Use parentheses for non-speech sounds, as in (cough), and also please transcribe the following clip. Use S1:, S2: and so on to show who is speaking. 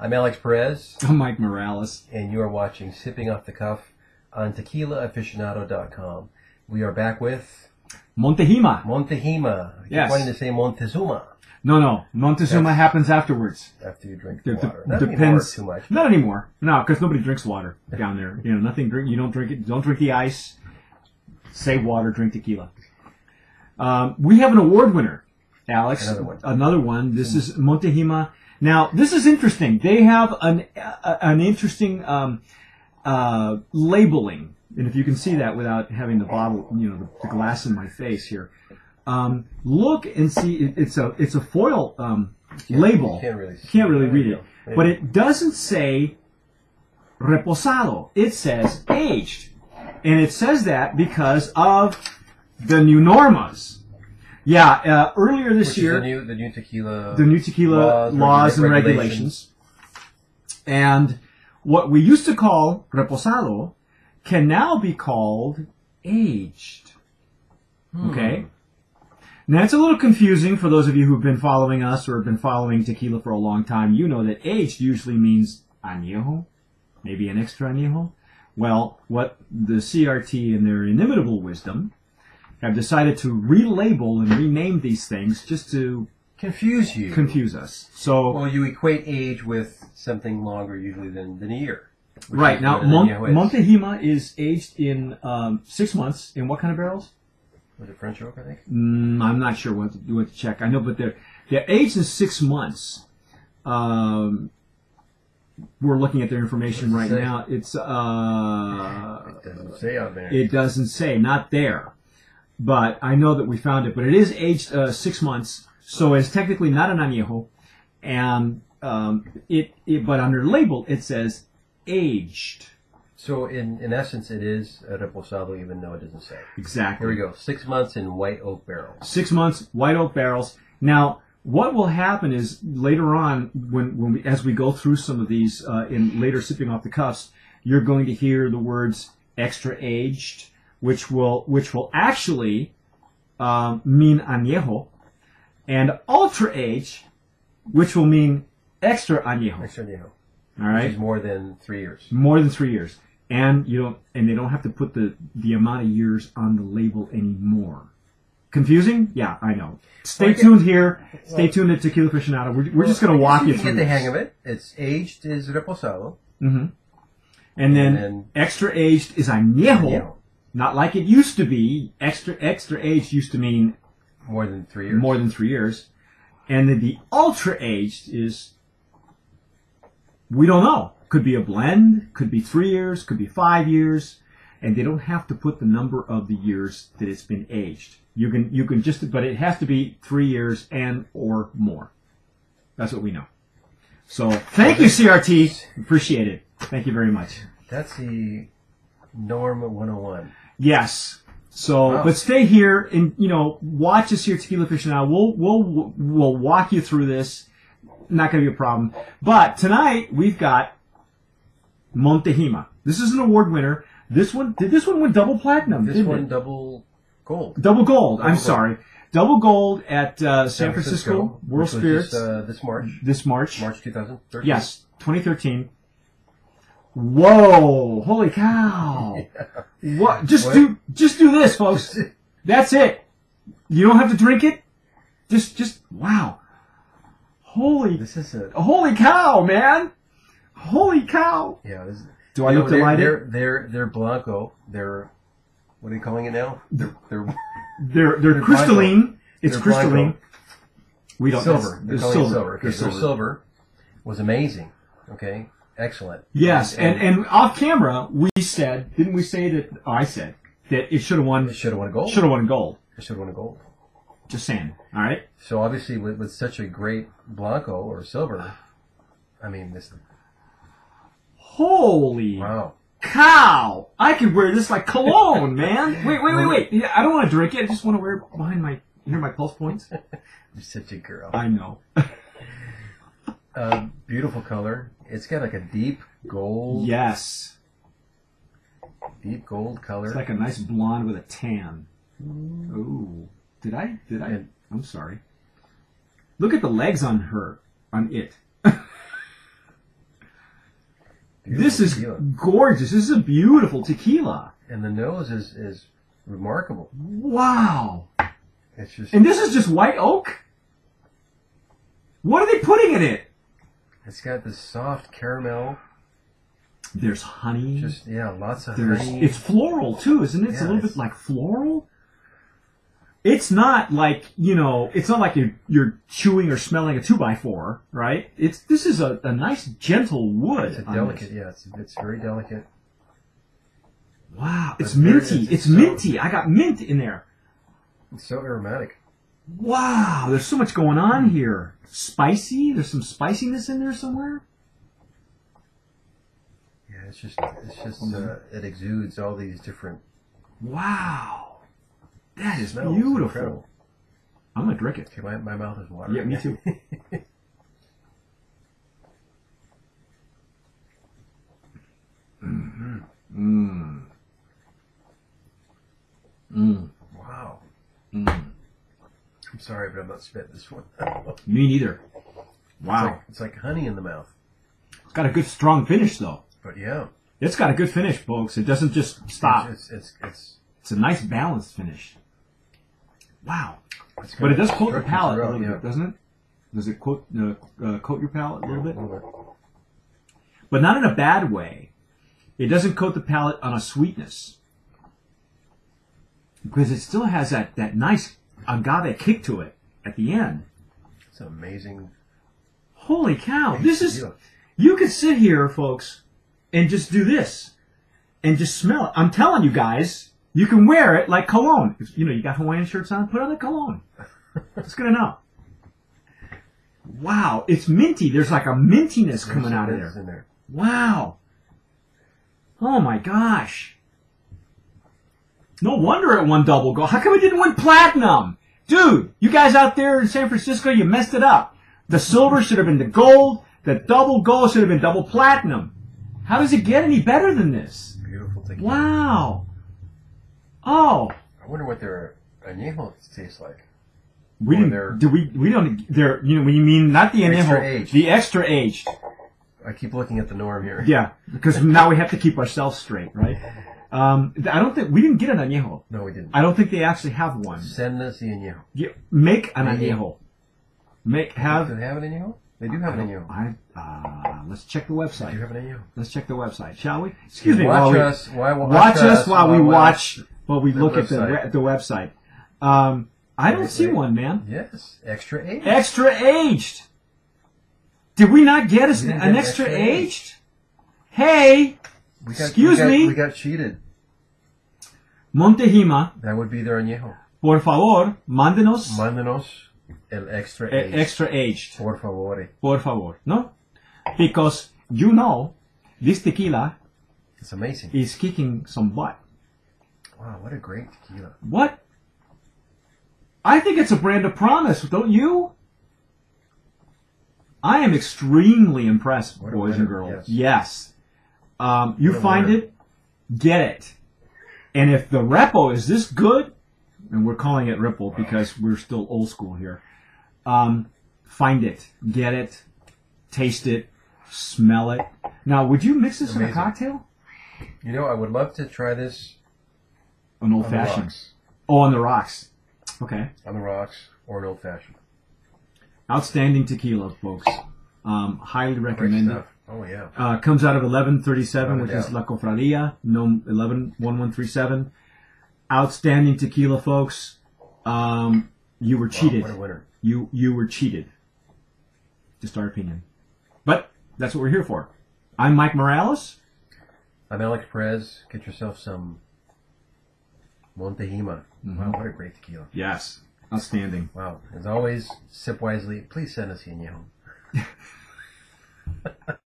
S1: I'm Alex Perez,
S2: I'm Mike Morales.
S1: and you are watching Sipping Off the Cuff on TequilaAficionado.com. We are back with
S2: Montehima.
S1: Montehima. I keep
S2: Yes.
S1: wanting to say Montezuma
S2: No, no. Montezuma
S1: Yes.
S2: happens afterwards.
S1: after you drink the
S2: It
S1: water.
S2: de-
S1: Not anymore
S2: depends.
S1: too much.
S2: Not anymore. No, because nobody drinks water down there. You know, nothing. Drink. You don't drink it. Don't drink the ice. Say water. Drink tequila. Um, we have an award winner, Alex.
S1: Another one. Mm-hmm.
S2: Another one. This is Montehima. Now, this is interesting. They have an uh, an interesting um, uh, labeling, and if you can see that without having the bottle, you know, the, the glass in my face here. Um, look and see. It, it's a it's a foil um, label.
S1: You can't really, see
S2: Can't really
S1: There
S2: read
S1: you
S2: it.
S1: go.
S2: But it doesn't say reposado. It says aged. And it says that because of the new normas. Yeah, uh, earlier this
S1: Which is
S2: year,
S1: the new, the new tequila.
S2: the new tequila
S1: laws,
S2: laws,
S1: regula-
S2: and
S1: regulations.
S2: regulations. And what we used to call reposado can now be called aged.
S1: Hmm.
S2: Okay? Now it's a little confusing for those of you who've been following us or have been following tequila for a long time. You know that aged usually means añejo, maybe an extra añejo. Well, what the CRT in their inimitable wisdom have decided to relabel and rename these things just to
S1: confuse you.
S2: confuse us. So
S1: Well, you equate age with something longer usually than, than a year. which
S2: right
S1: is
S2: now,
S1: what an
S2: Mon-
S1: añejo is.
S2: Montehima is aged in um, six months. In what kind of barrels?
S1: Was it French oak, I think?
S2: Mm, I'm not sure what to, what to check. I know, but they're they're aged in six months. Um, we're looking at their information
S1: What does
S2: right
S1: it say?
S2: now. It's uh,
S1: It doesn't say on there.
S2: It doesn't say, not there. But I know that we found it. But it is aged uh, six months, so it's technically not an añejo. And um, it, it, but under label it says aged.
S1: so, in, in essence, it is a reposado, even though it doesn't say.
S2: Exactly.
S1: Here we go. Six months in white oak barrels.
S2: Six months, white oak barrels. Now, what will happen is later on, when, when we, as we go through some of these uh, in later sipping off the cuffs, you're going to hear the words extra aged, which will which will actually um, mean añejo, and ultra aged, which will mean extra añejo.
S1: Extra añejo.
S2: All
S1: Which
S2: right,
S1: is more than three years.
S2: more than three years, and you don't and they don't have to put the the amount of years on the label anymore. Confusing? Yeah, I know. Stay
S1: Okay.
S2: tuned here. Stay tuned at Tequila Aficionado. We're, we're just going to
S1: Well, I
S2: walk
S1: guess
S2: you
S1: can
S2: through.
S1: get the hang of it. It's aged is reposado.
S2: hmm And
S1: And
S2: then,
S1: then-
S2: extra aged is añejo.
S1: Añejo.
S2: Not like it used to be. Extra extra aged used to mean
S1: More than three years.
S2: more than three years. And then the ultra aged is we don't know. Could be a blend, could be three years, could be five years, and they don't have to put the number of the years that it's been aged. You can you can just but it has to be three years and or more. That's what we know. So thank you, CRT. Appreciate it. Thank you very much.
S1: That's the norm 101.
S2: Yes. So,
S1: Wow.
S2: but stay here and you know watch us here, at Tequila Fish Now. We'll we'll we'll walk you through this. Not going to be a problem. But tonight we've got Montehima. This is an award winner. This one did this one win double platinum.
S1: This
S2: didn't
S1: one
S2: it?
S1: double gold.
S2: double gold. I'm
S1: Double gold.
S2: sorry, double gold at uh, San, Francisco, World
S1: which was
S2: Spirits
S1: Just, uh, this March.
S2: this March.
S1: March 2013. (laughs)
S2: Yes, 2013. Whoa!
S1: (laughs)
S2: Holy cow! What? Just
S1: What?
S2: do just do this, folks. That's it. You don't have to drink it. Just just wow. Holy
S1: This is a.
S2: holy cow, man! Holy cow!
S1: Yeah, this is.
S2: Do I look
S1: they're,
S2: delighted?
S1: They're, they're, they're Blanco. They're. What are you calling it now? They're.
S2: (laughs)
S1: they're
S2: They're they're,
S1: they're
S2: crystalline. It's
S1: They're
S2: crystalline.
S1: Blanco.
S2: We don't
S1: silver. They're
S2: They're
S1: calling
S2: silver.
S1: it silver. Okay,
S2: They're
S1: so
S2: silver.
S1: silver was amazing. Okay. Excellent.
S2: Yes, and and off camera we said didn't we say that? Oh, I said that it should have won.
S1: It should have won a gold.
S2: Should have won gold.
S1: It should have won a gold.
S2: Just saying. All right.
S1: So obviously, with, with such a great Blanco or silver, I mean, this
S2: Holy
S1: wow.
S2: cow! I could wear this like cologne, man. (laughs) Wait, wait, wait, wait. Yeah, I don't want to drink it. I just want to wear it behind my near my pulse points.
S1: I'm such a girl.
S2: I know.
S1: Uh, beautiful color. It's got like a deep gold,
S2: Yes,
S1: deep gold color.
S2: it's like a nice blonde with a tan. Ooh, did I? Did I?
S1: And-
S2: I'm sorry. Look at the legs on her. On it.
S1: Beautiful
S2: this is
S1: tequila.
S2: gorgeous. This is a beautiful tequila.
S1: and the nose is is remarkable.
S2: Wow.
S1: It's just
S2: And this is just white oak? What are they putting in it?
S1: it's got this soft caramel.
S2: There's honey.
S1: Just yeah, lots of
S2: There's
S1: honey.
S2: it's floral too, isn't it? It's a
S1: Yeah,
S2: little
S1: it's-
S2: bit like floral. It's not like you know. It's not like you're, you're chewing or smelling a two by four, right? It's this is a, a nice gentle wood.
S1: It's a
S2: on
S1: delicate,
S2: this.
S1: yeah. It's it's very delicate.
S2: Wow, it's
S1: It's very-
S2: minty.
S1: it's-
S2: It's,
S1: it's so-
S2: minty. I got mint in there.
S1: It's so aromatic.
S2: Wow, there's so much going
S1: Mm.
S2: on here. Spicy. There's some spiciness in there somewhere.
S1: Yeah, it's just it's just uh, it exudes all these different
S2: Wow, that is
S1: smells. It's
S2: beautiful.
S1: incredible.
S2: I'm gonna drink it.
S1: Okay, my, my mouth is watering.
S2: Yeah, me too. Mmm. Mmm.
S1: wow.
S2: Mmm.
S1: I'm sorry, but I'm not spitting this one. (laughs)
S2: Me neither.
S1: It's
S2: Wow.
S1: like, it's like honey in the mouth.
S2: It's got a good strong finish though.
S1: But yeah,
S2: It's got a good finish, folks. It doesn't just stop.
S1: It's it's it's,
S2: It's a nice balanced finish. Wow.
S1: it's
S2: But it does
S1: got
S2: coat your
S1: structure
S2: palate a
S1: throughout,
S2: little
S1: yeah.
S2: bit, doesn't it? Does it coat, uh, uh, coat your palate a little bit?
S1: little
S2: But not in a bad way. It doesn't coat the palate on a sweetness. Because it still has that, that nice agave kick to it at the end.
S1: bit. It's an amazing.
S2: Holy cow. This is,
S1: tequila.
S2: You could sit here, folks, and just do this, and just smell it. I'm telling you guys, you can wear it like cologne. If, you know, you got Hawaiian shirts on, put on the cologne. It's good enough. Wow, it's minty. There's like a mintiness
S1: There's
S2: coming
S1: some
S2: out of
S1: mints
S2: there.
S1: In there.
S2: Wow. Oh my gosh. No wonder it won double gold. How come it didn't win platinum? Dude, you guys out there in San Francisco, you messed it up. The silver should have been the gold. The double gold should have been double platinum. How does it get any better than this?
S1: Beautiful tequila.
S2: Wow. Oh,
S1: I wonder what their añejo tastes like.
S2: we
S1: Or they're-
S2: didn't, do we, we don't, there, you know, we mean not the
S1: Extra
S2: anejo-
S1: aged.
S2: the extra aged.
S1: I keep looking at the norm here.
S2: Yeah, because now we have to keep ourselves straight, right? Um, th- I don't think we didn't get an añejo.
S1: No, we didn't.
S2: I don't think they actually have one.
S1: Send us the añejo.
S2: You- make an
S1: Maybe.
S2: añejo. Make
S1: do
S2: have.
S1: they have an añejo? They do have an añejo.
S2: I uh, let's check the
S1: They do
S2: website.
S1: have an añejo.
S2: Let's check the website, shall we? Excuse me. while
S1: Watch
S2: we,
S1: us. Why, watch,
S2: watch us while we
S1: why
S2: watch while we
S1: the
S2: look at the
S1: website.
S2: we- the website. Um, I don't
S1: Wait,
S2: see
S1: wait.
S2: one, man.
S1: Yes, extra eight.
S2: Extra aged. Did we not get us
S1: We didn't
S2: an
S1: get
S2: extra
S1: extra
S2: aged? Hey,
S1: We got,
S2: excuse
S1: we got,
S2: me?
S1: We got cheated.
S2: Montejima,
S1: That would be their añejo.
S2: por favor, mándenos.
S1: Mándenos el extra
S2: E-
S1: eight.
S2: extra aged,
S1: Por favor. eh.
S2: por favor, no? Because you know, this tequila
S1: It's amazing.
S2: is kicking some butt.
S1: Wow, what a great tequila.
S2: What? I think it's a brand of promise, don't you? I am extremely impressed,
S1: What a
S2: boys
S1: winner,
S2: and girls.
S1: yes.
S2: Yes. Um, you
S1: What a
S2: find
S1: winner.
S2: it, get it. And if the repo is this good, and we're calling it Ripple because we're still old school here, um, find it, get it, taste it, smell it. Now, would you mix this in a
S1: Amazing.
S2: cocktail?
S1: You know, I would love to try this
S2: An old
S1: on the
S2: fashioned.
S1: rocks.
S2: Oh, on the rocks. Okay.
S1: On the rocks or an old fashioned.
S2: Outstanding tequila, folks. Um, highly
S1: Great
S2: recommend it.
S1: stuff. Oh yeah.
S2: Uh, comes out of 1137,
S1: Without a
S2: which is
S1: doubt.
S2: La Cofradia, no 111137. Outstanding tequila, folks. Um, you were cheated.
S1: Wow, what a winner.
S2: You you were cheated. Just our opinion, but that's what we're here for. I'm Mike Morales.
S1: I'm Alex Perez. Get yourself some Montejima. Wow, what a great tequila.
S2: Yes, outstanding.
S1: Wow. As always, sip wisely. Please send us your añejo.